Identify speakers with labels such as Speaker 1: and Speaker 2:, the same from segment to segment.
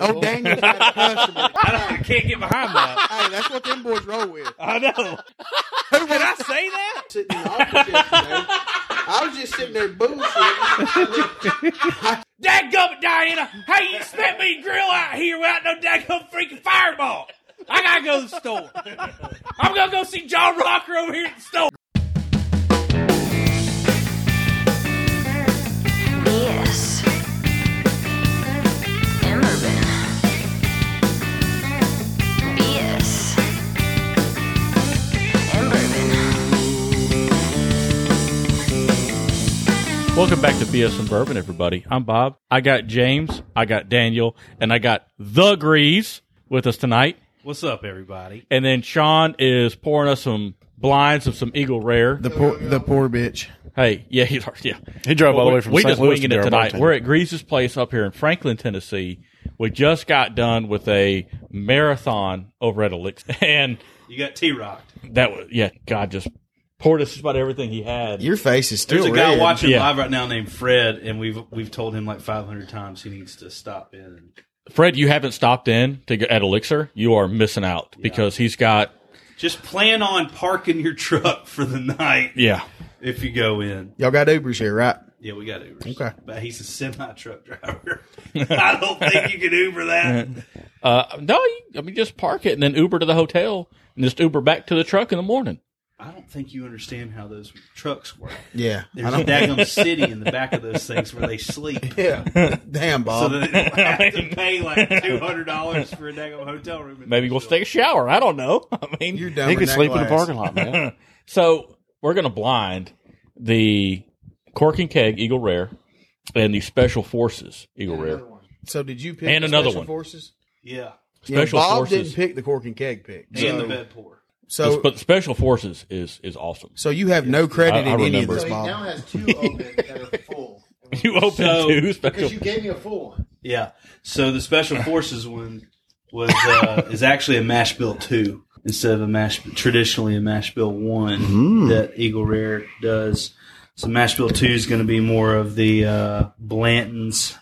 Speaker 1: Oh, Daniels had a customer.
Speaker 2: I can't get behind that.
Speaker 1: Hey, that's what them boys roll with.
Speaker 2: I know.
Speaker 1: Who was
Speaker 2: Did I say that?
Speaker 1: sitting in the office yesterday? I was just sitting there bullshitting.
Speaker 2: Dadgummit, Diana! Hey, you spent me grill out here without no dadgum freaking fireball! I gotta go to the store. I'm gonna go see John Rocker over here at the store.
Speaker 3: Yes. Emmerman. Yes. Emberman.
Speaker 2: Welcome back to BS and Bourbon, everybody. I'm Bob. I got James, I got Daniel, and I got The Grease with us tonight.
Speaker 4: What's up, everybody?
Speaker 2: And then Sean is pouring us some blinds of some Eagle Rare.
Speaker 5: The poor, the poor bitch.
Speaker 2: Hey, yeah, he, yeah.
Speaker 4: He drove all the way from
Speaker 2: we
Speaker 4: St.
Speaker 2: just
Speaker 4: Louis
Speaker 2: winging
Speaker 4: to
Speaker 2: it tonight.
Speaker 4: Darlington.
Speaker 2: We're at Grease's place up here in Franklin, Tennessee. We just got done with a marathon over at Elix, and
Speaker 4: You got T rocked.
Speaker 2: that was yeah. God just poured us just about everything he had.
Speaker 5: Your face is still
Speaker 4: There's a
Speaker 5: red.
Speaker 4: guy watching
Speaker 2: Yeah.
Speaker 4: live right now named Fred, and we've we've told him like 500 times he needs to stop in. And
Speaker 2: Fred, you haven't stopped in to get at Elixir. You are missing out because he's got
Speaker 4: just plan on parking your truck for the night
Speaker 2: yeah.
Speaker 4: if you go in.
Speaker 5: Y'all got Ubers here, right?
Speaker 4: Yeah, we got Uber.
Speaker 5: Okay.
Speaker 4: but he's a semi truck driver. I don't think you can Uber that.
Speaker 2: Uh, no, you, I mean just park it and then Uber to the hotel and just Uber back to the truck in the morning.
Speaker 4: I don't think you understand how those trucks work.
Speaker 5: Yeah.
Speaker 4: There's a daggum city in the back of those things where they sleep.
Speaker 5: Yeah. Damn,
Speaker 4: So
Speaker 5: Bob.
Speaker 4: that they don't have to pay like two hundred dollars for a daggum hotel room. in
Speaker 2: Maybe
Speaker 4: Nashville.
Speaker 2: we'll take a shower. I don't know. I mean,
Speaker 5: You're
Speaker 6: He
Speaker 5: dumber
Speaker 6: could
Speaker 5: than
Speaker 6: sleep
Speaker 5: that
Speaker 6: in the
Speaker 5: glass.
Speaker 6: parking lot, man.
Speaker 2: So we're gonna blind the cork and keg Eagle Rare and the Special Forces Eagle Rare.
Speaker 5: So did you pick
Speaker 2: And
Speaker 5: the
Speaker 2: another
Speaker 5: special
Speaker 2: one.
Speaker 5: Forces?
Speaker 4: Yeah,
Speaker 5: Yeah,
Speaker 2: Special
Speaker 5: Bob
Speaker 2: Forces.
Speaker 5: didn't pick the cork and keg pick.
Speaker 4: and the
Speaker 5: So,
Speaker 4: bed pour.
Speaker 5: so,
Speaker 2: but Special Forces is is awesome.
Speaker 5: so you have no credit
Speaker 2: I- I
Speaker 5: in any of
Speaker 2: remember.
Speaker 5: this,
Speaker 2: So
Speaker 5: Bob.
Speaker 1: has two open that are full.
Speaker 2: You open
Speaker 4: So-
Speaker 2: two special.
Speaker 1: gave me a full one.
Speaker 4: Yeah. So the special forces one was uh, is actually a mash bill two instead of a mash traditionally a mash bill one
Speaker 2: Mm-hmm.
Speaker 4: that Eagle Rare does. So mash bill two is going to be more of the uh, Blanton's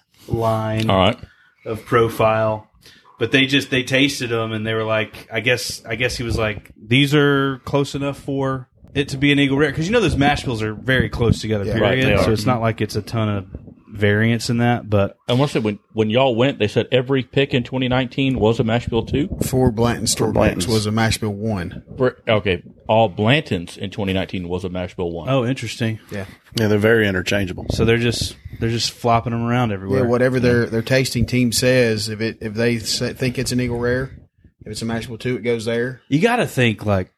Speaker 4: line
Speaker 2: All right.
Speaker 4: of profile. But they just they tasted them and they were like, I guess I guess he was like, these are close enough for it to be an Eagle Rare because you know those mash bills are very close together.
Speaker 2: Right,
Speaker 4: period.
Speaker 2: they
Speaker 4: so
Speaker 2: are.
Speaker 4: it's not like it's a ton of variance in that, but
Speaker 2: I want to say when when y'all went, they said every pick in 2019 was a mash bill two.
Speaker 5: Four Blanton store
Speaker 6: Blanton's.
Speaker 5: picks was a Mashville one.
Speaker 2: For- okay, all Blanton's in 2019 was a mash bill one.
Speaker 4: Oh, interesting.
Speaker 5: Yeah.
Speaker 6: Yeah, they're very interchangeable.
Speaker 4: So they're just they're just flopping them around
Speaker 5: Yeah,
Speaker 4: everywhere.
Speaker 5: whatever their, their tasting team says, if it if they say, think it's an Eagle Rare, if it's a Mashville two, it goes there.
Speaker 4: you got to think like,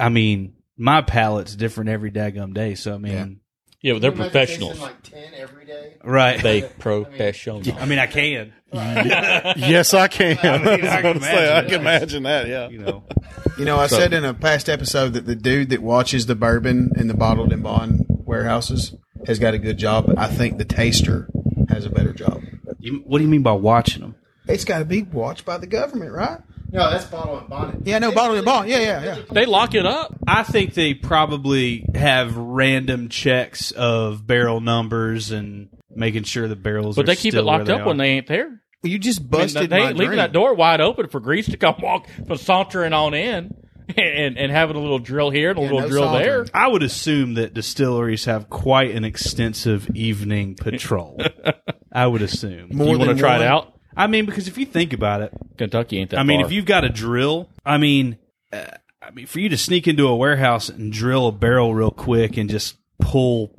Speaker 4: I mean, my palate's different every daggum day. So I mean,
Speaker 2: Yeah, but they're professionals.
Speaker 1: Like ten every day.
Speaker 4: right?
Speaker 2: They professional.
Speaker 4: I mean, I can.
Speaker 6: yes, I can.
Speaker 4: mean,
Speaker 6: That's
Speaker 4: I
Speaker 6: what I'm
Speaker 4: can
Speaker 6: saying. I
Speaker 4: imagine
Speaker 6: can imagine that. Yeah.
Speaker 4: You know,
Speaker 5: You know, I said in a past episode that the dude that watches the bourbon in the bottled and bond warehouses has got a good job, but I think the taster has a better job.
Speaker 4: you, what do you mean by watching them?
Speaker 5: It's got to be watched by the government, right?
Speaker 1: No, that's bottle and bonnet.
Speaker 5: Yeah, no, bottled and bond. Yeah, yeah, yeah.
Speaker 2: They lock it up.
Speaker 4: I think they probably have random checks of barrel numbers and making sure the barrels.
Speaker 2: But they keep it locked up when they ain't there.
Speaker 5: You just
Speaker 2: I mean,
Speaker 5: busted
Speaker 2: they
Speaker 5: my
Speaker 2: ain't leaving
Speaker 5: dream.
Speaker 2: that door wide open for Grease to come walk from sauntering on in and, and having a little drill here and a little
Speaker 5: no
Speaker 2: drill there.
Speaker 5: sauntering.
Speaker 4: I would assume that distilleries have quite an extensive evening patrol. I would assume.
Speaker 5: More
Speaker 2: you want to
Speaker 5: than
Speaker 2: try
Speaker 5: one.
Speaker 2: it out?
Speaker 4: I mean, because if you think about it,
Speaker 2: Kentucky ain't that
Speaker 4: I mean,
Speaker 2: far.
Speaker 4: if you've got a drill, I mean, uh, I mean, for you to sneak into a warehouse and drill a barrel real quick and just pull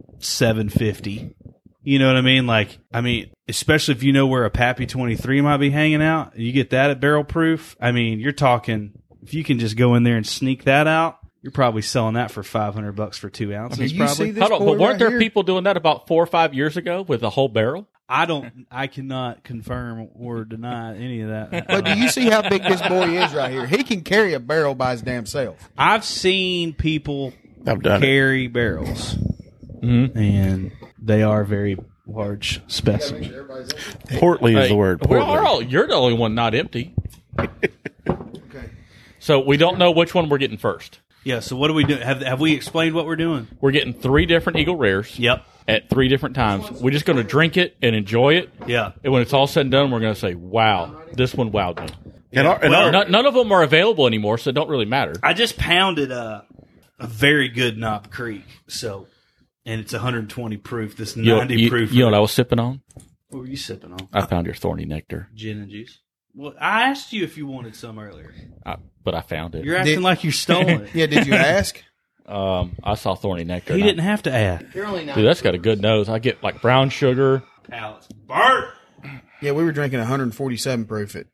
Speaker 4: 750. You know what I mean? Like, I mean, especially if you know where a Pappy 23 might be hanging out, you get that at barrel proof. I mean, you're talking, if you can just go in there and sneak that out, you're probably selling that for 500 bucks for two ounces,
Speaker 5: Do you
Speaker 4: probably.
Speaker 5: see this
Speaker 2: Hold on,
Speaker 5: boy
Speaker 2: but weren't
Speaker 5: right
Speaker 2: there
Speaker 5: here?
Speaker 2: people doing that about four or five years ago with a whole barrel?
Speaker 4: I don't, I cannot confirm or deny any of that.
Speaker 5: But do you see how big this boy is right here? He can carry a barrel by his damn self.
Speaker 4: I've seen people
Speaker 6: I've done it.
Speaker 4: carry barrels, and they are very large specimens.
Speaker 6: Portly is
Speaker 2: Hey,
Speaker 6: the word.
Speaker 2: We're
Speaker 6: Portly.
Speaker 2: all, you're the only one not empty. So we don't know which one we're getting first.
Speaker 4: Yeah. So what do we do? Have Have we explained what we're doing?
Speaker 2: We're getting three different Eagle Rares.
Speaker 4: Yep.
Speaker 2: at three different times. We're just going to drink it and enjoy it.
Speaker 4: Yeah.
Speaker 2: And when it's all said and done, we're going to say, wow, this one wowed me.
Speaker 6: And our, and
Speaker 4: Well,
Speaker 6: our-
Speaker 2: None, none of them are available anymore, so it don't really matter.
Speaker 4: I just pounded a, a very good Knob Creek. So, and it's 120 proof. This 90
Speaker 2: You know, you,
Speaker 4: proof.
Speaker 2: you know what I was sipping on?
Speaker 4: what were you sipping on?
Speaker 2: I found your thorny nectar,
Speaker 4: Gin and juice. Well, I asked you if you wanted some earlier.
Speaker 2: I, but I found it.
Speaker 4: You're acting
Speaker 5: Did-
Speaker 4: like you're stolen.
Speaker 5: Yeah, did you ask?
Speaker 2: Um, I saw thorny nectar.
Speaker 4: He
Speaker 2: and I-
Speaker 4: didn't have to ask.
Speaker 2: dude, that's got a good nose. I get like brown sugar,
Speaker 4: Palace. Bart.
Speaker 5: Yeah, we were drinking 147 proof at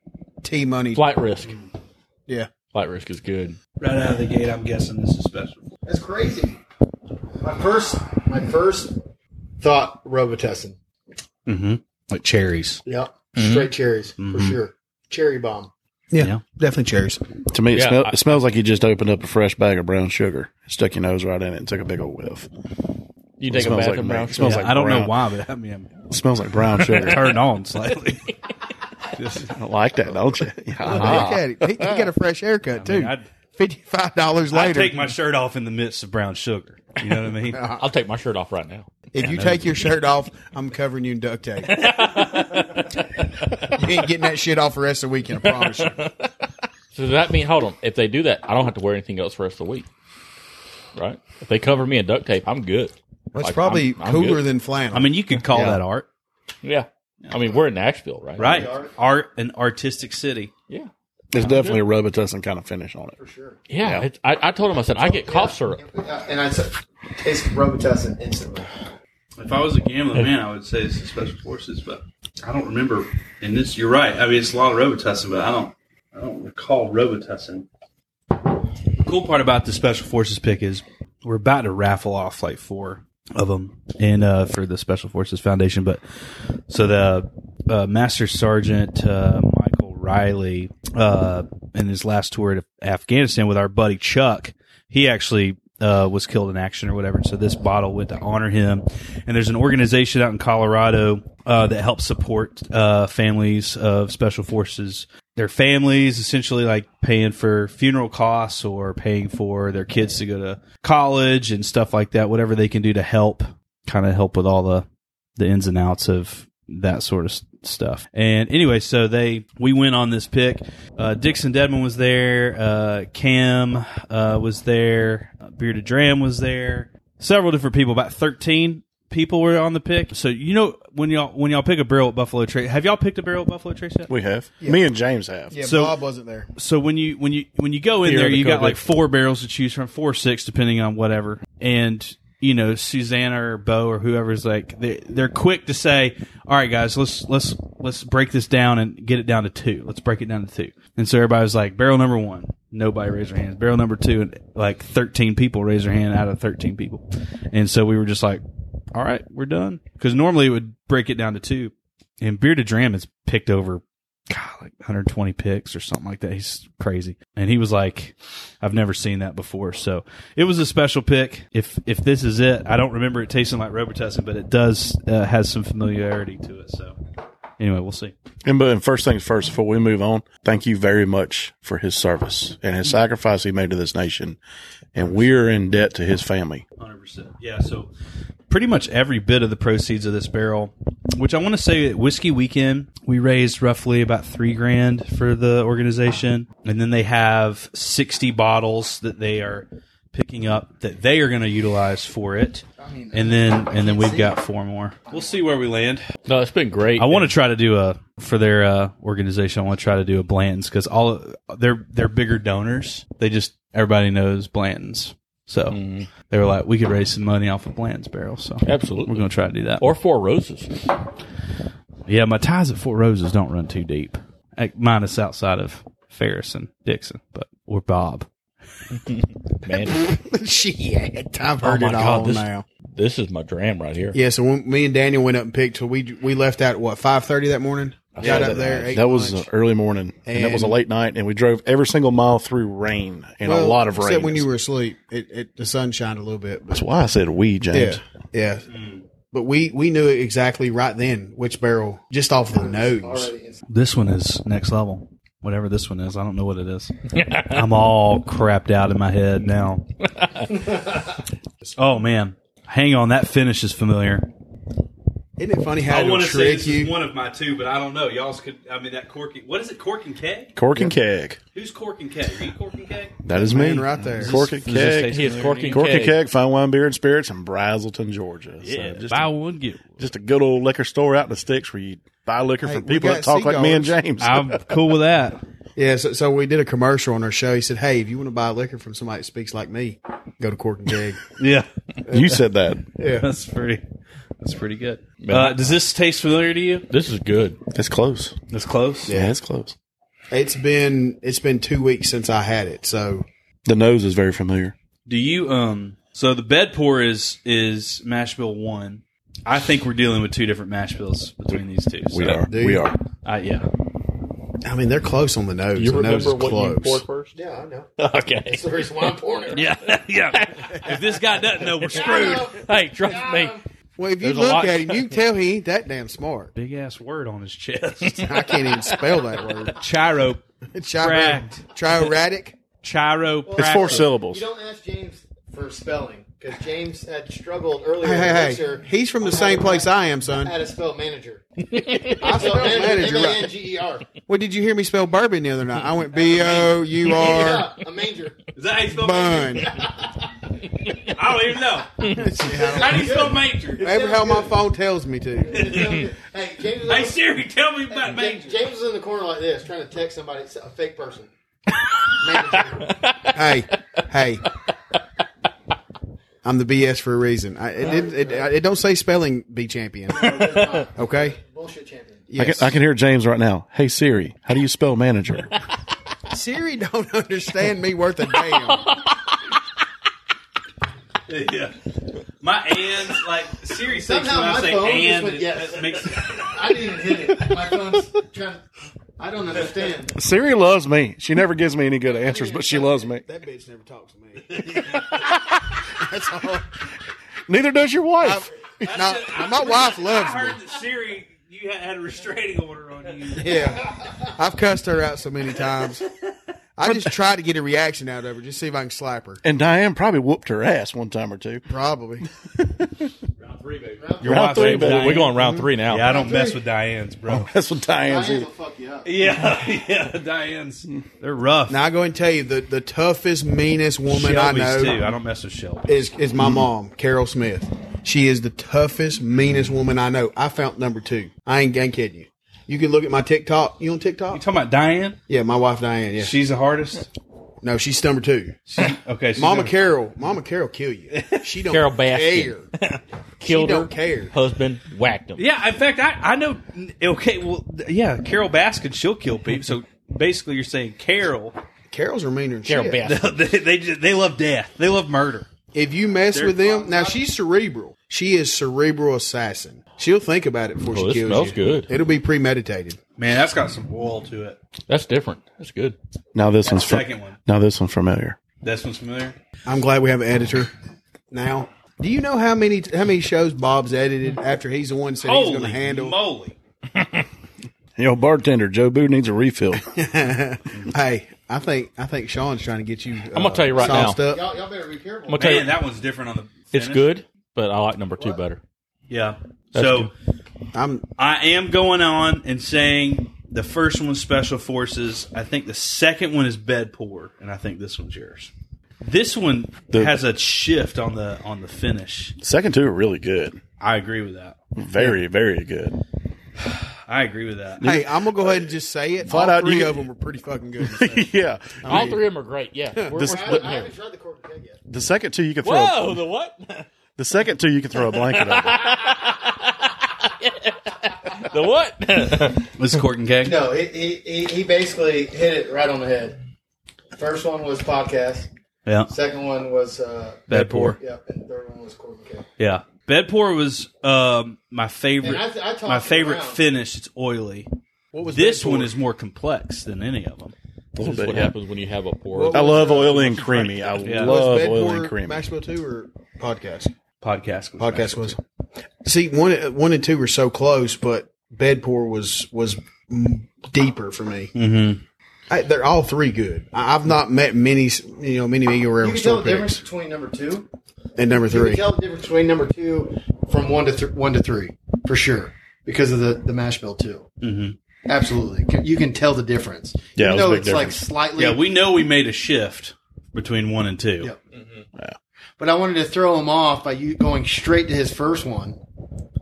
Speaker 5: T Money.
Speaker 2: flight risk.
Speaker 5: Yeah.
Speaker 2: Flight risk is good.
Speaker 4: Right out of the gate, I'm guessing this is special.
Speaker 1: That's crazy. My first, my first thought, Robitussin.
Speaker 4: Mm-hmm. Like cherries.
Speaker 1: Yep,
Speaker 2: Mm-hmm.
Speaker 1: straight cherries for sure. Cherry bomb.
Speaker 5: Yeah,
Speaker 4: Yeah.
Speaker 5: definitely cherries.
Speaker 6: to me, it,
Speaker 2: Yeah,
Speaker 6: smell,
Speaker 2: I-
Speaker 6: it smells like you just opened up a fresh bag of brown sugar, stuck your nose right in it, and took a big old whiff.
Speaker 2: You
Speaker 6: It
Speaker 2: take a
Speaker 6: smells
Speaker 2: bath
Speaker 6: like
Speaker 2: in
Speaker 6: me.
Speaker 2: brown
Speaker 6: It
Speaker 2: sugar.
Speaker 6: smells
Speaker 4: Yeah,
Speaker 6: like
Speaker 4: I don't know
Speaker 6: brown.
Speaker 4: why, but I mean, I'm
Speaker 6: It smells like brown sugar.
Speaker 4: turned on slightly.
Speaker 6: I like that, don't you? Yeah.
Speaker 5: Look at it. He, he got a fresh haircut too.
Speaker 4: I'd-
Speaker 5: Fifty-five dollars
Speaker 4: I
Speaker 5: later.
Speaker 4: take my shirt off in the midst of brown sugar. You know what I mean?
Speaker 2: I'll take my shirt off right now.
Speaker 5: if you take your shirt off, I'm covering you in duct tape. you ain't getting that shit off the rest of the weekend. I promise you.
Speaker 2: So does that mean, hold on, if they do that, I don't have to wear anything else for the rest of the week, right? If they cover me in duct tape, I'm good.
Speaker 5: That's
Speaker 2: Like,
Speaker 5: probably
Speaker 2: I'm- I'm
Speaker 5: cooler
Speaker 2: good.
Speaker 5: than flannel.
Speaker 4: I mean, you could call that art,
Speaker 2: Yeah. I mean, we're in Nashville, right?
Speaker 4: right? Art, an artistic city.
Speaker 2: Yeah.
Speaker 6: There's definitely a Robitussin kind of finish on it.
Speaker 2: Yeah. it's- I, I told him, I said, I get cough syrup.
Speaker 1: Uh, and I said, taste Robitussin instantly.
Speaker 4: If I was a gambling man, I would say it's the special forces, but I don't remember. And this, you're right. I mean, it's a lot of Robitussin, but I don't, I don't recall Robitussin. The cool part about the special forces pick is we're about to raffle off like four of them, and uh, for the special forces foundation. But so the uh, master sergeant uh, Michael Riley, uh, in his last tour to Afghanistan with our buddy Chuck, he actually uh, was killed in action or whatever. So this bottle went to honor him. And there's an organization out in Colorado uh, that helps support uh, families of special forces, their families, essentially like paying for funeral costs or paying for their kids to go to college and stuff like that. Whatever they can do to help, kind of help with all the the ins and outs of that sort of s- stuff. And anyway, so they we went on this pick. Uh, Dixon Deadman was there. Uh, Cam uh, was there. Uh, Bearded Dram was there. Several different people. About thirteen people were on the pick. So you know when y'all when y'all pick a barrel at Buffalo Trace, have y'all picked a barrel at Buffalo Trace yet?
Speaker 6: We have. Me and James have.
Speaker 5: yeah,
Speaker 4: so-
Speaker 5: Bob wasn't there.
Speaker 4: so when you when you when you go in
Speaker 2: Fear
Speaker 4: there,
Speaker 2: of the
Speaker 4: you got
Speaker 2: COVID.
Speaker 4: like four barrels to choose from, four or six depending on whatever. And you know, Susanna or Bo or whoever's like they they're quick to say, "All right, guys, let's let's let's break this down and get it down to two. Let's break it down to two. And so everybody was like, "Barrel number one." Nobody raised their hands. Barrel number two, and like thirteen people raised their hand out of thirteen people. And so we were just like, "All right, we're done." Because normally it would break it down to two. And Bearded Dram has picked over God, like 120 picks or something like that. He's crazy. And he was like, I've never seen that before. So it was a special pick. If if this is it, I don't remember it tasting like Robitussin, but it does uh, has some familiarity to it. So anyway, we'll see.
Speaker 6: And, but and first things first, before we move on, thank you very much for his service and his sacrifice he made to this nation. And we are in debt to his family.
Speaker 4: 100%. Yeah. So pretty much every bit of the proceeds of this barrel, which I want to say at Whiskey Weekend, we raised roughly about three grand for the organization. And then they have 60 bottles that they are picking up that they are going to utilize for it. And then, and then we've got four more. We'll see where we land.
Speaker 2: No, it's been great.
Speaker 4: I want to try to do a for their uh, organization. I want to try to do a Blanton's because all they're they're bigger donors. They just everybody knows Blanton's, so they were like, we could raise some money off of Blanton's barrel. So
Speaker 2: Absolutely.
Speaker 4: we're going to try to do that.
Speaker 2: Or four roses.
Speaker 4: yeah, my ties at Fort Roses don't run too deep, like, minus outside of Ferris and Dixon, but or Bob.
Speaker 2: Man,
Speaker 5: Shit, I've heard
Speaker 2: my
Speaker 5: it
Speaker 2: God,
Speaker 5: all
Speaker 2: this-
Speaker 5: now.
Speaker 2: this is my dram right here.
Speaker 5: Yeah, so when me and Daniel went up and picked, so we we left at what five thirty that morning. Got up there. ate
Speaker 6: that was
Speaker 5: lunch.
Speaker 6: an early morning, and, that was a
Speaker 5: And-
Speaker 6: late night, and we drove every single mile through rain and a
Speaker 5: Well,
Speaker 6: lot of rain.
Speaker 5: Except when you were asleep, it, it the sun shined a little bit. But
Speaker 6: That's why I said we,
Speaker 5: yeah,
Speaker 6: James.
Speaker 5: yeah.
Speaker 4: Mm.
Speaker 5: But we we knew exactly right then which barrel, just off the nose.
Speaker 4: This one is next level. Whatever this one is, I don't know what it is. I'm all crapped out in my head now. oh man, hang on, that finish is familiar.
Speaker 5: Isn't it funny how it'll
Speaker 4: wanna
Speaker 5: trick
Speaker 4: this
Speaker 5: you?
Speaker 4: is one of my two, but I don't know. Y'all's could. I mean, that corking. What is it? Corking keg?
Speaker 6: Cork and keg.
Speaker 4: Who's corking keg? Are you corking keg?
Speaker 6: That is me.
Speaker 5: Man, right there.
Speaker 6: Cork and keg.
Speaker 2: He is corking
Speaker 6: Cork and
Speaker 2: keg.
Speaker 6: keg, fine wine, beer, and spirits in Brazelton, Georgia.
Speaker 4: Yeah,
Speaker 6: so just,
Speaker 7: buy
Speaker 6: a,
Speaker 7: one get. one.
Speaker 6: just a good old liquor store out in the sticks where you buy liquor
Speaker 5: Hey,
Speaker 6: from
Speaker 5: we
Speaker 6: people that
Speaker 5: got
Speaker 6: talk like me and
Speaker 5: cigars.
Speaker 6: James.
Speaker 4: I'm cool with that.
Speaker 5: Yeah, so, so we did a commercial on our show. He said, "Hey, if you want to buy liquor from somebody that speaks like me, go to Cork and Keg."
Speaker 4: Yeah,
Speaker 6: you said that.
Speaker 4: that's pretty. That's pretty good. Uh, does this taste familiar to you?
Speaker 2: This is good.
Speaker 6: It's close.
Speaker 4: It's close.
Speaker 6: Yeah, it's close.
Speaker 5: it's been it's been two weeks since I had it, so
Speaker 6: The nose is very familiar.
Speaker 4: Do you um? So the bed pour is is mash bill one. I think we're dealing with two different mash bills between these two. So,
Speaker 6: We are.
Speaker 5: do
Speaker 6: We
Speaker 5: you?
Speaker 6: are.
Speaker 4: I, yeah.
Speaker 5: I mean they're close on the nose. the nose is close.
Speaker 2: first?
Speaker 1: Yeah, I know.
Speaker 2: Okay.
Speaker 1: That's the reason why I'm pouring it.
Speaker 4: Yeah, yeah. If this guy doesn't know, we're screwed.
Speaker 2: Hey, trust me.
Speaker 5: well, if you
Speaker 2: There's a
Speaker 5: look
Speaker 2: lot-
Speaker 5: at him, you can tell he ain't that damn smart.
Speaker 4: Big ass word on his chest.
Speaker 5: I can't even spell that word.
Speaker 4: Chiro,
Speaker 5: Chiro- Chiradic.
Speaker 4: chiro.
Speaker 6: It's four syllables.
Speaker 1: You don't ask James for spelling because James had struggled earlier.
Speaker 5: Hey,
Speaker 1: in
Speaker 5: hey, hey!
Speaker 1: Elixir
Speaker 5: He's from the
Speaker 1: on how
Speaker 5: same
Speaker 1: to-
Speaker 5: place I am,
Speaker 1: How
Speaker 5: son.
Speaker 1: to spell manager?
Speaker 5: I spell manager.
Speaker 1: M A N
Speaker 5: Right.
Speaker 1: G E R.
Speaker 5: Well, did you hear me spell bourbon the other night? I went B O U R
Speaker 1: Yeah, a manger.
Speaker 4: Is that how you spell
Speaker 5: bun.
Speaker 4: major? I don't even know. How do you spell major?
Speaker 5: Every how my phone tells me to.
Speaker 1: hey, James is,
Speaker 4: Hey Siri, tell me about
Speaker 1: on, James,
Speaker 4: major.
Speaker 1: James is in the corner like this, trying to text somebody, it's a fake person. Manager.
Speaker 5: Hey, hey. I'm the BS for a reason. I, it, didn't- it, it, it don't say spelling B champion. Okay.
Speaker 1: Bullshit champion.
Speaker 6: I, can,
Speaker 5: Yes.
Speaker 6: I can hear James right now. Hey Siri, how do you spell manager?
Speaker 5: Siri don't understand me worth a damn.
Speaker 4: Yeah. My ands, like Siri thinks
Speaker 1: Somehow
Speaker 4: when I
Speaker 1: my
Speaker 4: say
Speaker 1: phone just
Speaker 4: and,
Speaker 1: went
Speaker 4: it-
Speaker 1: yes.
Speaker 4: it makes
Speaker 1: I didn't even hit it. My phone's trying to. I don't understand.
Speaker 6: Siri loves me. She never gives me any good answers, but she loves me.
Speaker 5: That bitch never talks to me. That's all.
Speaker 6: Neither does your wife.
Speaker 5: No, my wife loves
Speaker 4: I
Speaker 5: me.
Speaker 4: heard that Siri, you had- had a restraining order on you.
Speaker 5: Yeah. I've cussed her out so many times. I just try to get a reaction out of her, just see if I can slap her.
Speaker 6: And Diane probably whooped her ass one time or two.
Speaker 5: Probably.
Speaker 4: Your
Speaker 6: Round three, baby.
Speaker 2: We're going round three now.
Speaker 4: Yeah, I don't mess with Diane's, bro.
Speaker 6: That's what Diane's.
Speaker 1: Diane will fuck you up.
Speaker 4: yeah, yeah, Diane's. They're rough.
Speaker 5: Now I go and tell you the, the toughest, meanest woman I
Speaker 4: Shelby's
Speaker 5: know
Speaker 4: too. I don't mess with Shelby.
Speaker 5: is is
Speaker 2: Mm-hmm.
Speaker 5: my mom, Carol Smith. She is the toughest, meanest woman I know. I found number two. I ain't, I ain't kidding you. You can look at my TikTok. You on
Speaker 4: You
Speaker 5: TikTok?
Speaker 4: talking about Diane?
Speaker 5: Yeah, my wife Diane. Yeah,
Speaker 4: She's the hardest.
Speaker 5: no, she's number two.
Speaker 4: Okay, she's
Speaker 5: Mama
Speaker 4: gonna-
Speaker 5: Carol, Mama Carol, kill you. She don't
Speaker 2: Carol
Speaker 5: care.
Speaker 2: Baskin. Killed
Speaker 5: she
Speaker 2: her
Speaker 5: don't care.
Speaker 2: husband, whacked him.
Speaker 4: Yeah, in fact, I, I know. Okay, well, th- yeah, Carol Baskin, she'll kill people. So basically, you're saying Carol,
Speaker 5: Carols are meaner than
Speaker 2: Carol
Speaker 5: shit.
Speaker 2: Baskin.
Speaker 4: they they, just, they love death, they love murder.
Speaker 5: If you mess
Speaker 4: They're
Speaker 5: with them,
Speaker 4: fine.
Speaker 5: now she's cerebral. She is cerebral assassin. She'll think about it before
Speaker 2: Oh,
Speaker 5: she
Speaker 2: this
Speaker 5: kills
Speaker 2: smells
Speaker 5: you.
Speaker 2: good.
Speaker 5: It'll be premeditated.
Speaker 4: Man, that's got some oil to it.
Speaker 2: That's different. That's good.
Speaker 6: Now this one's fr-
Speaker 4: Second one.
Speaker 6: now this one's familiar.
Speaker 4: This one's familiar.
Speaker 5: I'm glad we have an editor now. Do you know how many how many shows Bob's edited after he's the one said he's going to
Speaker 4: Holy
Speaker 5: handle?
Speaker 4: moly!
Speaker 6: Yo, bartender Joe Boo needs a refill.
Speaker 5: hey, I think I think Sean's trying to get you. Uh,
Speaker 2: I'm gonna tell you right
Speaker 5: sauced
Speaker 2: now.
Speaker 5: Up.
Speaker 1: Y'all, y'all better be careful.
Speaker 2: I'm gonna tell you,
Speaker 4: Man, that one's different on the.
Speaker 2: it's
Speaker 4: finish.
Speaker 2: good, but I like number two better.
Speaker 4: Yeah.
Speaker 2: That's
Speaker 4: so
Speaker 5: I'm
Speaker 4: I am going on and saying the first one's Special Forces. I think the second one is Bed Poor, and I think this one's yours. This one
Speaker 6: The-
Speaker 4: has a shift on the on the finish.
Speaker 6: Second two are really good.
Speaker 4: I agree with that.
Speaker 6: Very, very good.
Speaker 4: I agree with that.
Speaker 5: hey, I'm gonna go ahead and just say it.
Speaker 6: Flat
Speaker 5: All
Speaker 6: out, you
Speaker 5: three
Speaker 6: get-
Speaker 5: of them were pretty fucking good.
Speaker 6: yeah.
Speaker 2: All three of them are great. Yeah, we're,
Speaker 6: This-
Speaker 2: we're
Speaker 1: I,
Speaker 2: splitting
Speaker 1: I
Speaker 2: here.
Speaker 1: haven't tried the corn keg yet.
Speaker 6: The second two you can throw
Speaker 2: Whoa, the what?
Speaker 6: the second two you can throw a blanket over.
Speaker 2: the what?
Speaker 4: This is Corton Keg.
Speaker 1: No, he, he, he, he basically hit it right on the head. First one was podcast.
Speaker 4: Yeah.
Speaker 1: Second one was uh,
Speaker 4: Bed Poor.
Speaker 1: yeah, and third one was corn keg.
Speaker 4: Yeah. Bed Poor was um, my
Speaker 1: And
Speaker 4: favorite.
Speaker 1: I, I talked
Speaker 4: my favorite
Speaker 1: around.
Speaker 4: finish. It's oily.
Speaker 5: what was
Speaker 4: This
Speaker 5: that
Speaker 4: one
Speaker 5: for?
Speaker 4: is more complex than any of them.
Speaker 6: A little
Speaker 2: This is
Speaker 6: bit,
Speaker 2: what
Speaker 6: yeah.
Speaker 2: happens when you have a poor.
Speaker 6: I love oily and creamy. I
Speaker 4: Yeah.
Speaker 6: love
Speaker 5: was Bedford
Speaker 6: oily and Oh, creamy.
Speaker 5: Maxwell two or podcast.
Speaker 4: Podcast. was
Speaker 5: Podcast was. See, one one and two were so close, but Bedpour was was m- deeper for me.
Speaker 6: Mm-hmm.
Speaker 4: Mhm.
Speaker 5: I, they're all three good. I, I've not met many, s- you know, many many
Speaker 1: You
Speaker 5: rare
Speaker 1: can tell
Speaker 5: store
Speaker 1: the difference
Speaker 5: picks
Speaker 1: between number two.
Speaker 5: and number
Speaker 1: You can
Speaker 5: three.
Speaker 1: tell the difference between number two from one to th- one to three for sure because of the the mash bill too.
Speaker 4: Mhm.
Speaker 1: Absolutely, Can- you can tell the difference.
Speaker 6: Yeah, it
Speaker 1: Even
Speaker 6: was a
Speaker 1: though
Speaker 6: big
Speaker 1: it's like
Speaker 6: difference.
Speaker 1: slightly.
Speaker 4: Yeah, we know we made a shift between one and two.
Speaker 1: Yeah. but I wanted to throw him off by you going straight to his first one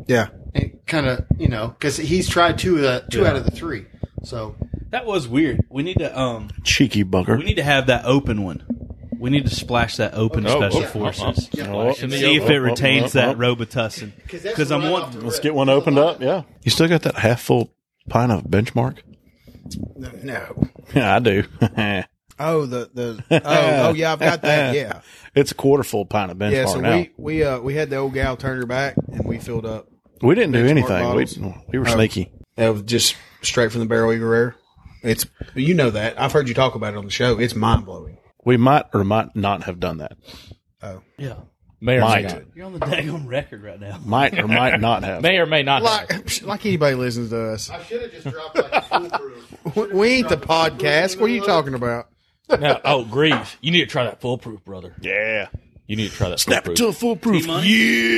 Speaker 5: Yeah.
Speaker 1: and kind of you know because he's tried two of the two
Speaker 4: Yeah.
Speaker 1: out of the three. So
Speaker 4: That was weird. We need to um
Speaker 6: Cheeky Oh, bugger.
Speaker 4: we need to have that open one. We need to splash that open
Speaker 2: Oh,
Speaker 4: special
Speaker 2: yeah.
Speaker 4: forces.
Speaker 1: yeah,
Speaker 6: Oh,
Speaker 2: In the
Speaker 4: See if it
Speaker 6: oh, oh,
Speaker 4: retains
Speaker 6: oh,
Speaker 4: that
Speaker 6: oh.
Speaker 4: Robitussin.
Speaker 1: that's
Speaker 4: Because I'm
Speaker 1: right
Speaker 4: one.
Speaker 1: off the
Speaker 6: Let's
Speaker 1: rip.
Speaker 6: get one opened up. Yeah. You still got that half full pint of benchmark?
Speaker 5: No.
Speaker 6: Yeah, I do.
Speaker 5: Oh, the the oh, oh yeah, I've got that. Yeah,
Speaker 6: it's a quarter full pint of benchmark
Speaker 5: yeah. So
Speaker 6: now.
Speaker 5: we we uh we had the old gal turn her back and we filled up.
Speaker 6: We, didn't do
Speaker 5: Benchmark
Speaker 6: anything.
Speaker 5: bottles.
Speaker 6: We, we were sneaky.
Speaker 5: That was just straight from the barrel Eagle Rare. It's you know that I've heard you talk about it on the show. It's mind blowing.
Speaker 6: We might or might not have done that.
Speaker 4: Yeah.
Speaker 2: May or may
Speaker 6: Might.
Speaker 2: not.
Speaker 4: You're on the daggone record right now.
Speaker 6: Might or might not have.
Speaker 2: May or may not. have.
Speaker 5: Like like anybody listens to us.
Speaker 1: I should have just dropped like a foolproof.
Speaker 5: We- We ain't the podcast. What are you talking about?
Speaker 2: Now, oh, Greaves, you need to try that foolproof, brother.
Speaker 6: Yeah.
Speaker 2: You need to try that
Speaker 6: Snap it
Speaker 2: foolproof.
Speaker 6: to a foolproof.
Speaker 4: T-Money?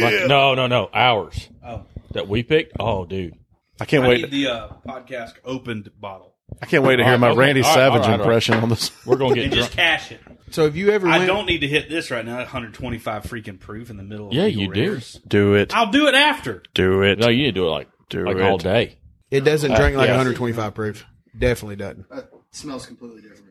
Speaker 6: Yeah.
Speaker 2: Like, no, no, no. Ours
Speaker 4: Oh.
Speaker 2: that we picked. Oh, dude.
Speaker 6: I can't
Speaker 4: I
Speaker 6: wait.
Speaker 4: need the uh, podcast opened bottle.
Speaker 6: I can't wait to
Speaker 2: All
Speaker 6: hear
Speaker 2: right,
Speaker 6: my
Speaker 2: okay.
Speaker 6: Randy
Speaker 2: All right,
Speaker 6: Savage
Speaker 2: all right, all right.
Speaker 6: impression on this.
Speaker 2: We're gonna get
Speaker 4: And just
Speaker 2: drunk.
Speaker 4: cash it.
Speaker 5: So have you ever?
Speaker 4: I
Speaker 5: went-
Speaker 4: don't need to hit this right now. 125 freaking proof in the middle of
Speaker 2: Yeah,
Speaker 4: legal
Speaker 2: you do.
Speaker 4: rares.
Speaker 6: Do it.
Speaker 4: I'll do it after.
Speaker 6: Do it.
Speaker 2: No, you need to do it like
Speaker 6: Do
Speaker 2: like
Speaker 6: it.
Speaker 2: all day.
Speaker 5: It doesn't drink
Speaker 4: Uh,
Speaker 5: like
Speaker 2: yeah.
Speaker 5: 125 proof. Definitely doesn't.
Speaker 1: That smells completely different.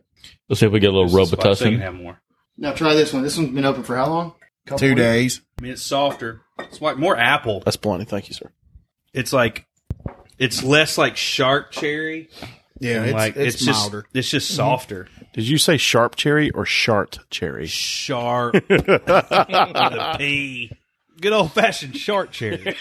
Speaker 2: Let's see if we get a little
Speaker 4: That's why I said you can
Speaker 2: Robitussin.
Speaker 4: have more.
Speaker 1: Now try this one. This one's been open for how long? Couple
Speaker 5: Two
Speaker 1: weeks.
Speaker 5: days.
Speaker 4: I mean, it's softer. It's like more apple.
Speaker 6: That's plenty. Thank you, sir.
Speaker 4: It's like it's less like sharp cherry.
Speaker 5: Yeah,
Speaker 4: and
Speaker 5: it's,
Speaker 4: like
Speaker 5: it's,
Speaker 4: just
Speaker 5: milder.
Speaker 4: it's just softer.
Speaker 6: Did you say sharp cherry or shart cherry?
Speaker 4: Sharp. With a P. Good old fashioned sharp cherry.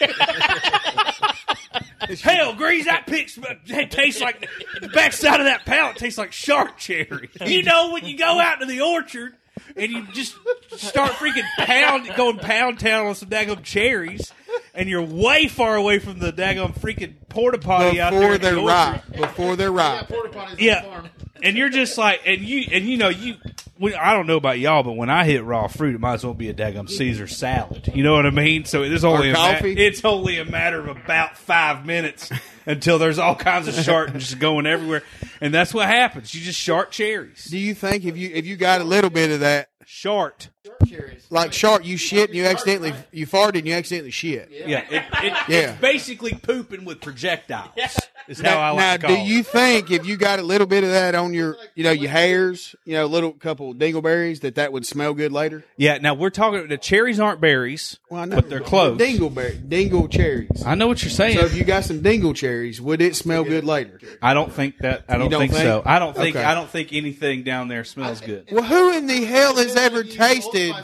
Speaker 4: Hell, Grease, that picks it tastes like the backside of that palate tastes like sharp cherry. You know when you go out to the orchard and you just start freaking pound going pound town on some daggum cherries and you're way far away from the daggum freaking porta potty out there.
Speaker 5: Before
Speaker 4: in the
Speaker 5: they're
Speaker 4: orchard.
Speaker 5: ripe. Before they're ripe.
Speaker 4: Yeah, and you're just like, and you, and you know, you. When, I don't know about y'all, but when I hit raw fruit, it might as well be a daggum Caesar salad. You know what I mean? So it's only a ma-
Speaker 5: coffee.
Speaker 4: it's only a matter of about five minutes until there's all kinds of sharp and just going everywhere, and that's what happens. You just shart cherries,
Speaker 5: Do you think if you if you got a little bit of that,
Speaker 4: shart.
Speaker 5: like shark, you shit and you accidentally you farted and you accidentally shit?
Speaker 4: Yeah, it, it,
Speaker 5: Yeah.
Speaker 4: it's basically pooping with projectiles. Is how I
Speaker 5: Now,
Speaker 4: like to
Speaker 5: now
Speaker 4: call
Speaker 5: do
Speaker 4: it.
Speaker 5: you think if you got a little bit of that on your, you know, your hairs, you know, a little couple dingleberries, that that would smell good later?
Speaker 4: Yeah, now we're talking. The cherries aren't berries,
Speaker 5: Well, I know.
Speaker 4: but they're close.
Speaker 5: Dingleberry, dingle cherries.
Speaker 4: I know what you're saying.
Speaker 5: So if you got some dingle cherries, would it smell good later?
Speaker 4: I don't think that. I don't,
Speaker 5: don't
Speaker 4: think,
Speaker 5: think?
Speaker 4: so. I don't think.
Speaker 5: Okay.
Speaker 4: I don't think anything down there smells good.
Speaker 5: Well, who in the hell has ever tasted?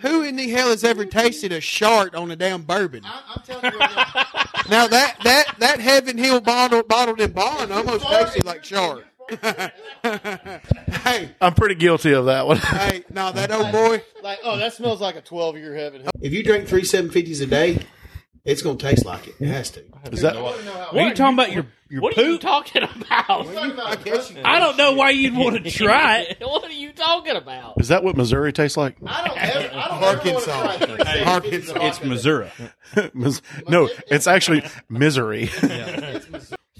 Speaker 5: Who in the hell has ever tasted a shart on a damn bourbon?
Speaker 1: I'm telling you right now,
Speaker 5: Now that that that Heaven Hill bottled bottled in bond almost tasted like shart. hey,
Speaker 6: I'm pretty guilty of that one.
Speaker 5: hey, now that old boy.
Speaker 1: like, oh, that smells like a 12 year heaven. If you drink three 750s a day, it's going to taste like it. It has to.
Speaker 6: Is that
Speaker 4: What are you talking about? Your your
Speaker 2: What are you
Speaker 4: poop?
Speaker 2: talking about?
Speaker 1: I guess you,
Speaker 4: I don't know why you'd want to try it.
Speaker 2: what are you talking about?
Speaker 6: is that what Missouri tastes like?
Speaker 1: I don't ever, I don't
Speaker 5: Arkansas. Arkansas.
Speaker 4: It's Missouri.
Speaker 6: Mis- no, it's actually misery.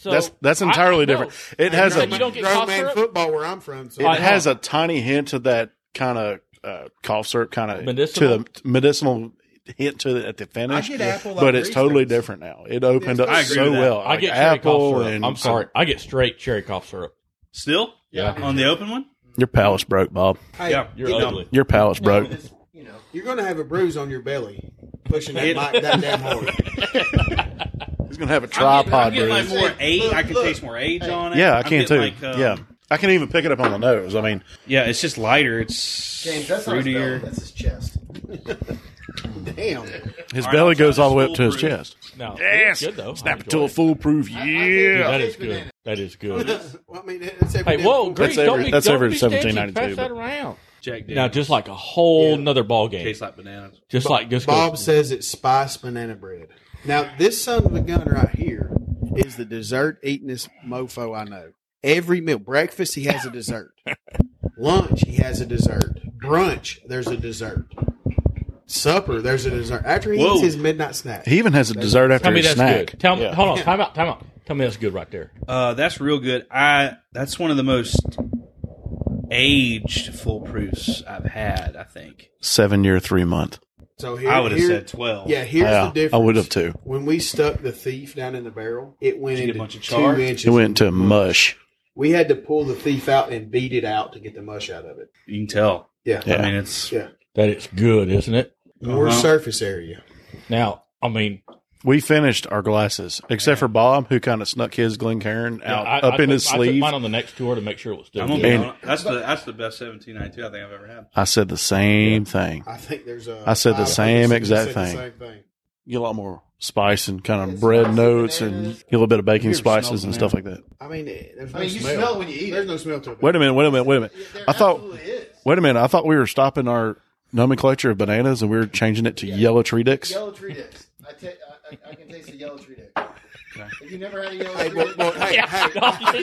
Speaker 2: So
Speaker 6: that's that's
Speaker 2: I-
Speaker 6: entirely
Speaker 2: I know.
Speaker 6: different. It has
Speaker 2: know,
Speaker 6: a
Speaker 2: but you don't get
Speaker 5: grown
Speaker 2: cough
Speaker 5: man
Speaker 2: syrup?
Speaker 5: football where I'm from. So
Speaker 6: it has a tiny hint of that kind of uh, cough syrup kind of
Speaker 2: Medicinal?
Speaker 6: to the medicinal hint to the, at the finish.
Speaker 5: I get apple like
Speaker 6: but it's
Speaker 5: Reese's.
Speaker 6: totally different now. It opened up
Speaker 4: I agree
Speaker 6: so
Speaker 4: with that.
Speaker 6: well.
Speaker 2: I
Speaker 6: Like
Speaker 2: get cherry
Speaker 6: apple
Speaker 2: cough syrup.
Speaker 6: and
Speaker 2: I'm sorry. I get straight cherry cough syrup.
Speaker 4: Still,
Speaker 1: Yeah.
Speaker 4: on the open one.
Speaker 6: Your palate's broke, Bob.
Speaker 4: Yeah,
Speaker 2: You're
Speaker 4: You know,
Speaker 2: ugly.
Speaker 6: Your palate's broke.
Speaker 1: You know,
Speaker 5: You're gonna have a bruise on your belly pushing that mic that damn hard.
Speaker 6: He's gonna have a
Speaker 4: I'm getting- I'm
Speaker 6: tripod.
Speaker 4: getting
Speaker 6: bruise.
Speaker 4: like more age. I can
Speaker 1: Look,
Speaker 4: taste more age on it.
Speaker 6: yeah, I
Speaker 4: I'm
Speaker 6: can
Speaker 4: getting like,
Speaker 6: too.
Speaker 4: um,
Speaker 6: yeah, I can even pick it up on the nose. I mean,
Speaker 4: yeah. It's just lighter. It's
Speaker 1: James, that's not his belly,
Speaker 4: fruitier.
Speaker 1: that's his chest.
Speaker 5: Damn.
Speaker 6: his
Speaker 4: All right,
Speaker 6: belly
Speaker 4: I'll try
Speaker 6: goes
Speaker 4: this
Speaker 6: all the way up to his
Speaker 4: foolproof.
Speaker 6: chest.
Speaker 2: No,
Speaker 6: Yes,
Speaker 2: it's good though. I
Speaker 6: snap it
Speaker 2: enjoy
Speaker 6: to a foolproof.
Speaker 2: Dude,
Speaker 6: Yeah,
Speaker 2: that is good. That is good.
Speaker 5: Well, I mean, it's every
Speaker 2: Hey,
Speaker 5: damn
Speaker 2: whoa,
Speaker 5: fool-
Speaker 2: Greece,
Speaker 6: every-
Speaker 2: don't be,
Speaker 6: that's
Speaker 2: don't
Speaker 6: every
Speaker 2: be stingy. Pass
Speaker 6: 1792,
Speaker 2: that
Speaker 6: but-
Speaker 2: around.
Speaker 4: Jack Daniels.
Speaker 2: Now, just like a whole nother ball game.
Speaker 4: tastes like bananas.
Speaker 2: Just like just
Speaker 5: Bob
Speaker 2: go,
Speaker 5: says it's spice banana bread. Now this son of a gun right here is the dessert eatingest mofo I know. Every meal, breakfast he has a dessert, lunch he has a dessert, brunch there's a dessert. supper, there's a dessert. After he
Speaker 4: Whoa.
Speaker 5: eats his midnight snack,
Speaker 6: He even has a dessert after
Speaker 2: Tell me
Speaker 6: his
Speaker 2: that's
Speaker 6: snack.
Speaker 2: good. Tell me,
Speaker 6: Yeah.
Speaker 2: hold on, time out, time out. Tell me that's good right there.
Speaker 4: Uh, that's real good. I that's one of the most aged foolproofs I've had. I think
Speaker 6: Seven year, three month.
Speaker 5: so here,
Speaker 4: I would have
Speaker 5: here-
Speaker 4: said twelve.
Speaker 5: Yeah, here's
Speaker 6: Yeah,
Speaker 5: the difference.
Speaker 6: I would have too.
Speaker 5: When we stuck the thief down in the barrel, it went
Speaker 4: Did you get
Speaker 5: into
Speaker 4: a bunch of
Speaker 5: two
Speaker 4: char?
Speaker 5: inches.
Speaker 6: It went
Speaker 2: Mm.
Speaker 6: to mush.
Speaker 5: We had to pull the thief out and beat it out to get the mush out of it.
Speaker 4: you can tell.
Speaker 5: Yeah,
Speaker 6: Yeah.
Speaker 4: I mean, it's
Speaker 5: yeah.
Speaker 2: That it's good, isn't it?
Speaker 5: More
Speaker 4: Uh-huh.
Speaker 5: surface area.
Speaker 2: Now, I mean,
Speaker 6: We finished our glasses, except for Bob, who kind of snuck his Glencairn
Speaker 2: yeah,
Speaker 6: out
Speaker 2: I,
Speaker 6: up
Speaker 2: I
Speaker 6: in
Speaker 2: took-
Speaker 6: his
Speaker 2: I took
Speaker 6: sleeve.
Speaker 2: mine on the next tour to make sure it was still.
Speaker 4: I'm
Speaker 2: good.
Speaker 4: gonna be
Speaker 6: And-
Speaker 4: honest, that's the that's the best 1792 I think I've ever had.
Speaker 6: I said the same thing.
Speaker 5: I think there's a.
Speaker 6: I said the
Speaker 5: I think
Speaker 6: same
Speaker 5: it's- you
Speaker 6: exact
Speaker 5: said the
Speaker 6: thing.
Speaker 5: same thing.
Speaker 6: Get a lot more spice and kind of
Speaker 5: It's
Speaker 6: bread
Speaker 5: spicy
Speaker 6: notes and
Speaker 5: bananas.
Speaker 6: get a little bit of baking
Speaker 4: You ever smelled
Speaker 6: spices and
Speaker 4: banana?
Speaker 6: stuff like that.
Speaker 5: I mean, it- there's
Speaker 1: I
Speaker 5: no
Speaker 1: mean, you
Speaker 5: smell.
Speaker 1: smell when you eat
Speaker 5: There's
Speaker 1: it.
Speaker 5: no smell to it.
Speaker 6: Wait a minute, wait a minute, wait a minute. I thought,
Speaker 1: Absolutely is.
Speaker 6: wait a minute, I thought we were stopping our nomenclature of bananas and we were changing it to yellow tree dicks.
Speaker 1: Yellow tree dicks. I, ta- I, I- I can taste the yellow tree dick. If you never had a yellow
Speaker 5: Hey,
Speaker 1: tree
Speaker 5: well,
Speaker 1: dick,
Speaker 5: well, hey,
Speaker 2: Yeah,
Speaker 5: hey,
Speaker 1: had
Speaker 2: Josh,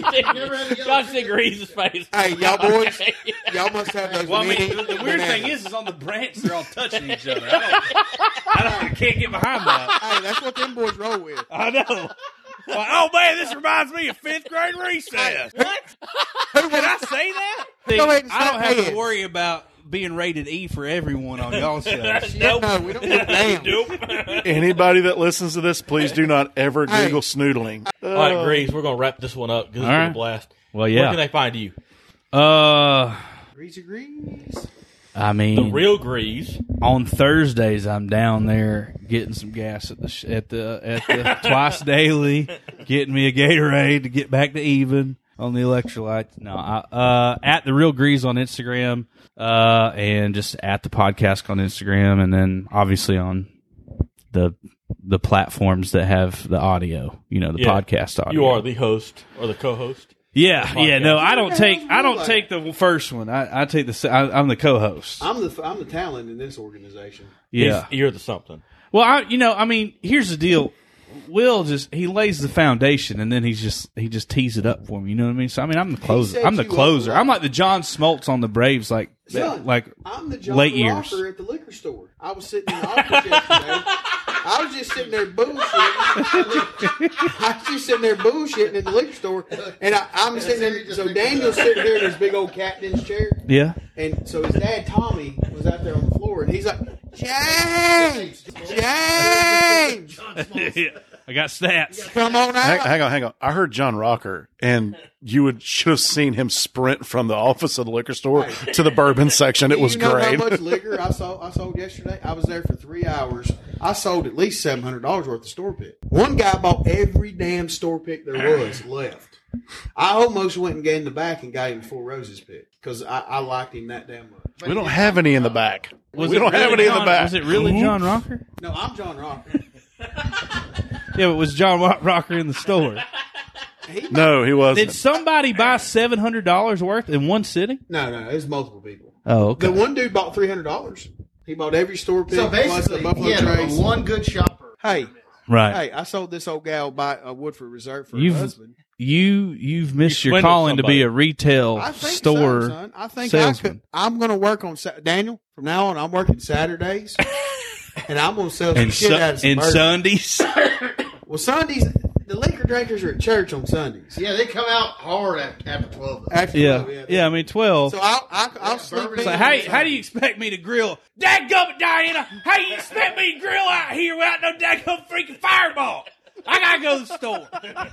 Speaker 1: a
Speaker 2: Josh
Speaker 1: yellow-
Speaker 2: agrees his face.
Speaker 5: hey, y'all boys,
Speaker 2: Okay.
Speaker 5: y'all must have those.
Speaker 4: Well, I mean,
Speaker 5: mini
Speaker 4: the, the weird thing
Speaker 5: bananas.
Speaker 4: is, is on the branch they're all touching each other. I, don't, I, don't, I can't get behind that.
Speaker 5: hey, that's what them boys roll with.
Speaker 4: I know. Like, oh man, this reminds me of fifth grade recess. what? Did I say that?
Speaker 5: ahead and
Speaker 4: I don't
Speaker 5: stop
Speaker 4: have to
Speaker 5: hands.
Speaker 4: worry about being rated E for everyone on y'all shows.
Speaker 2: nope.
Speaker 5: No, we don't give a damn.
Speaker 6: Anybody that listens to this, please do not ever
Speaker 5: Hey. Uh,
Speaker 6: Google snoodling. Uh,
Speaker 2: All right, Grease, we're gonna wrap this one up because it's
Speaker 4: All
Speaker 2: been a
Speaker 4: right.
Speaker 2: blast.
Speaker 4: Well,
Speaker 2: Where can they find you?
Speaker 4: Uh,
Speaker 5: Greasy grease.
Speaker 4: I
Speaker 2: The
Speaker 4: mean,
Speaker 2: real Grease.
Speaker 4: on Thursdays I'm down there getting some gas at the sh- at the at the twice daily, getting me a Gatorade to get back to even on the electrolytes. No, I, uh, at the real grease on Instagram, uh, and just at the podcast on Instagram, and then obviously on the the platforms that have the audio, you know, the
Speaker 2: Yeah.
Speaker 4: podcast audio.
Speaker 2: You are the host or the co-host.
Speaker 4: yeah, yeah. No,
Speaker 2: podcast.
Speaker 4: I don't take I
Speaker 5: Who the
Speaker 4: don't
Speaker 5: hell's
Speaker 4: take the first one. I, I take the se- I, I'm the co-host.
Speaker 5: I'm the I'm the talent in this organization.
Speaker 4: Yeah,
Speaker 2: He's- you're the something.
Speaker 4: Well, I, you know, I mean, here's the deal. Will just he lays the foundation and then he's just he just tees it up for me. You know what I mean? So I mean, I'm the closer.
Speaker 5: sets
Speaker 4: I'm the
Speaker 5: you up
Speaker 4: closer.
Speaker 5: well.
Speaker 4: I'm like the John Smoltz on the Braves, like
Speaker 5: Son,
Speaker 4: like
Speaker 5: I'm the John
Speaker 4: late
Speaker 5: late
Speaker 4: years.
Speaker 5: at the liquor store. I was sitting in the office yesterday. I was just sitting there bullshitting. I was just sitting there bullshitting at the liquor store, and I, I'm sitting there. So Daniel's sitting here in his big old captain's chair,
Speaker 4: yeah.
Speaker 5: and so his dad Tommy was out there on the floor, and he's like, "James, James,
Speaker 4: I got stats.
Speaker 5: come on
Speaker 6: Hang,
Speaker 5: out."
Speaker 6: hang on, hang on. I heard John Rocker, and you would should have seen him sprint from the office of the liquor store to the bourbon section. It
Speaker 5: Do
Speaker 6: was
Speaker 5: you know
Speaker 6: great.
Speaker 5: How much liquor I sold? I sold yesterday. I was there for three hours. I sold at least seven hundred dollars worth of store pick. One guy bought every damn store pick there was left. I almost went and got in the back and got him four roses pick because I, I liked him that damn much.
Speaker 6: We don't have any in the back. we don't
Speaker 4: really
Speaker 6: have any in the
Speaker 4: John-
Speaker 6: back.
Speaker 4: Was it really John Rocker?
Speaker 5: No, I'm John Rocker.
Speaker 4: Yeah, but was John Wa- Rocker in the store?
Speaker 6: No, he wasn't.
Speaker 4: Did somebody buy seven hundred dollars worth in one sitting?
Speaker 5: No, no, it was multiple people.
Speaker 4: Oh,
Speaker 5: The one dude bought three hundred dollars. He bought every store pick
Speaker 1: So
Speaker 5: plus the
Speaker 1: basically,
Speaker 5: Buffalo
Speaker 1: he had a
Speaker 5: Trace.
Speaker 1: one good shopper.
Speaker 5: Hey,
Speaker 4: Right.
Speaker 5: hey, I sold this old gal by a Woodford Reserve for
Speaker 4: You've-
Speaker 5: her husband.
Speaker 4: You you've missed
Speaker 2: You
Speaker 4: your
Speaker 2: swindled
Speaker 4: calling to
Speaker 2: somebody.
Speaker 4: be a retail
Speaker 5: I think
Speaker 4: store
Speaker 5: so, son. I think
Speaker 4: salesman.
Speaker 5: I could. I'm going to work on Sa- Daniel from now on. I'm working Saturdays, and I'm going to sell some
Speaker 4: and,
Speaker 5: shit Oh,
Speaker 4: Su-
Speaker 5: out of some
Speaker 4: and
Speaker 5: bourbon.
Speaker 4: Sundays.
Speaker 5: Well, Sundays, the liquor drinkers are at church on Sundays.
Speaker 1: Yeah, they come out hard after, after 12. though.
Speaker 5: After
Speaker 4: Yeah,
Speaker 5: twelve,
Speaker 4: yeah. I mean, twelve.
Speaker 5: So I'll, I'll, I'll sleep
Speaker 1: bourbon
Speaker 5: in.
Speaker 1: So
Speaker 8: Like, hey, how do you expect me to grill? Dadgummit, Diana! How you expect me to grill out here without no dadgum freaking fireball? I gotta go to the store.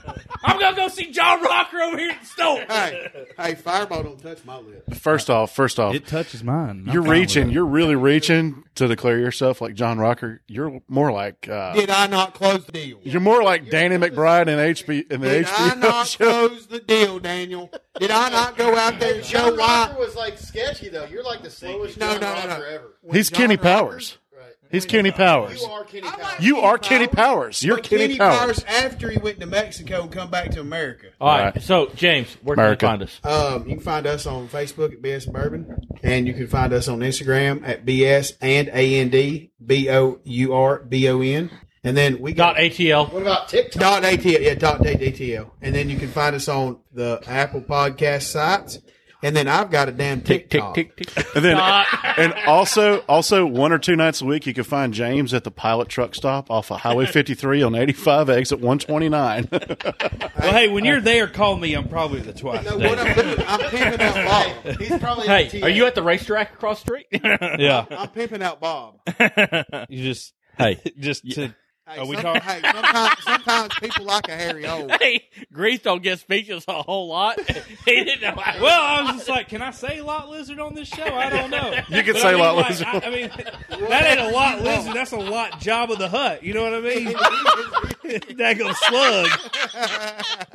Speaker 8: I'm gonna go see John Rocker over here at the store.
Speaker 5: Hey, hey, Fireball don't touch my lips.
Speaker 6: First off, first off,
Speaker 4: it touches mine. I'm fine
Speaker 6: you're
Speaker 4: with
Speaker 6: reaching.
Speaker 4: it.
Speaker 6: You're really reaching to declare yourself like John Rocker. You're more like uh,
Speaker 5: Did I not close the deal?
Speaker 6: you're more like Danny McBride in HB in the
Speaker 5: Did I
Speaker 6: HBO
Speaker 5: not
Speaker 6: show.
Speaker 5: close the deal, Daniel? Did I not go out there and show
Speaker 1: John Rocker
Speaker 5: why?
Speaker 1: was like sketchy, though. You're like the slowest
Speaker 5: No,
Speaker 1: John
Speaker 5: no, no, no.
Speaker 1: Rocker ever.
Speaker 6: He's Kenny Powers.
Speaker 1: Right.
Speaker 6: He's Kenny Powers.
Speaker 1: You are Kenny
Speaker 5: I like-
Speaker 1: Powers.
Speaker 6: You are Kenny Powers. You're
Speaker 5: But
Speaker 6: Kenny Powers.
Speaker 5: after he went to Mexico and come back to America.
Speaker 2: All right.
Speaker 6: All right.
Speaker 2: So, James, where
Speaker 6: America.
Speaker 2: can they find us?
Speaker 5: Um, you can find us on Facebook at BS Bourbon, and you can find us on Instagram at BS and A N D B O U R B O N, and then we
Speaker 2: Dot
Speaker 5: got
Speaker 2: ATL.
Speaker 1: What about TikTok?
Speaker 5: dot ATL, yeah, dot ATL, and then you can find us on the Apple Podcast sites, And then I've got a damn
Speaker 2: Tick, tick,
Speaker 5: TikTok.
Speaker 2: tick, tick.
Speaker 6: And then, and also, also one or two nights a week, you can find James at the pilot truck stop off of Highway 53 on 85, exit 129.
Speaker 4: Well, hey, when you're there, call me. I'm probably the twice.
Speaker 5: No,
Speaker 4: a day.
Speaker 5: what I'm doing, I'm pimping out Bob.
Speaker 1: Hey, he's probably on
Speaker 2: Hey,
Speaker 1: TA.
Speaker 2: are you at the racetrack across the street?
Speaker 4: yeah,
Speaker 5: I'm pimping out Bob. Hey,
Speaker 9: You just
Speaker 2: hey,
Speaker 9: just to, Are we
Speaker 5: some-
Speaker 9: talking-
Speaker 5: Hey, sometimes, sometimes people like a hairy old.
Speaker 2: hey, Grease don't get speechless a whole lot. he didn't know. I-
Speaker 4: Well, I was just like, can I say lot lizard on this show? I don't know.
Speaker 6: You can
Speaker 4: But
Speaker 6: say
Speaker 4: I mean,
Speaker 6: lot
Speaker 4: like,
Speaker 6: lizard.
Speaker 4: I, I mean, that ain't a lot lizard. That's a lot job of the hut. You know what I mean? Daggum slug.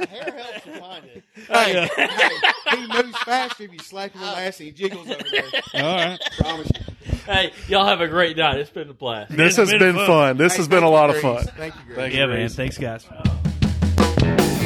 Speaker 1: Hair helps to find it.
Speaker 5: Hey, hey, he moves faster if you slap him on the ass and he jiggles over there.
Speaker 9: all right.
Speaker 5: Promise you.
Speaker 2: hey, y'all have a great night. It's been a blast.
Speaker 6: this
Speaker 9: It's
Speaker 6: has
Speaker 9: been
Speaker 6: been
Speaker 9: fun.
Speaker 6: fun. This
Speaker 5: Hey,
Speaker 6: has been
Speaker 5: thank
Speaker 6: a
Speaker 5: you,
Speaker 6: lot of
Speaker 5: Grace.
Speaker 6: fun.
Speaker 5: Thank you, Grace.
Speaker 9: Yeah, man. Thanks, guys.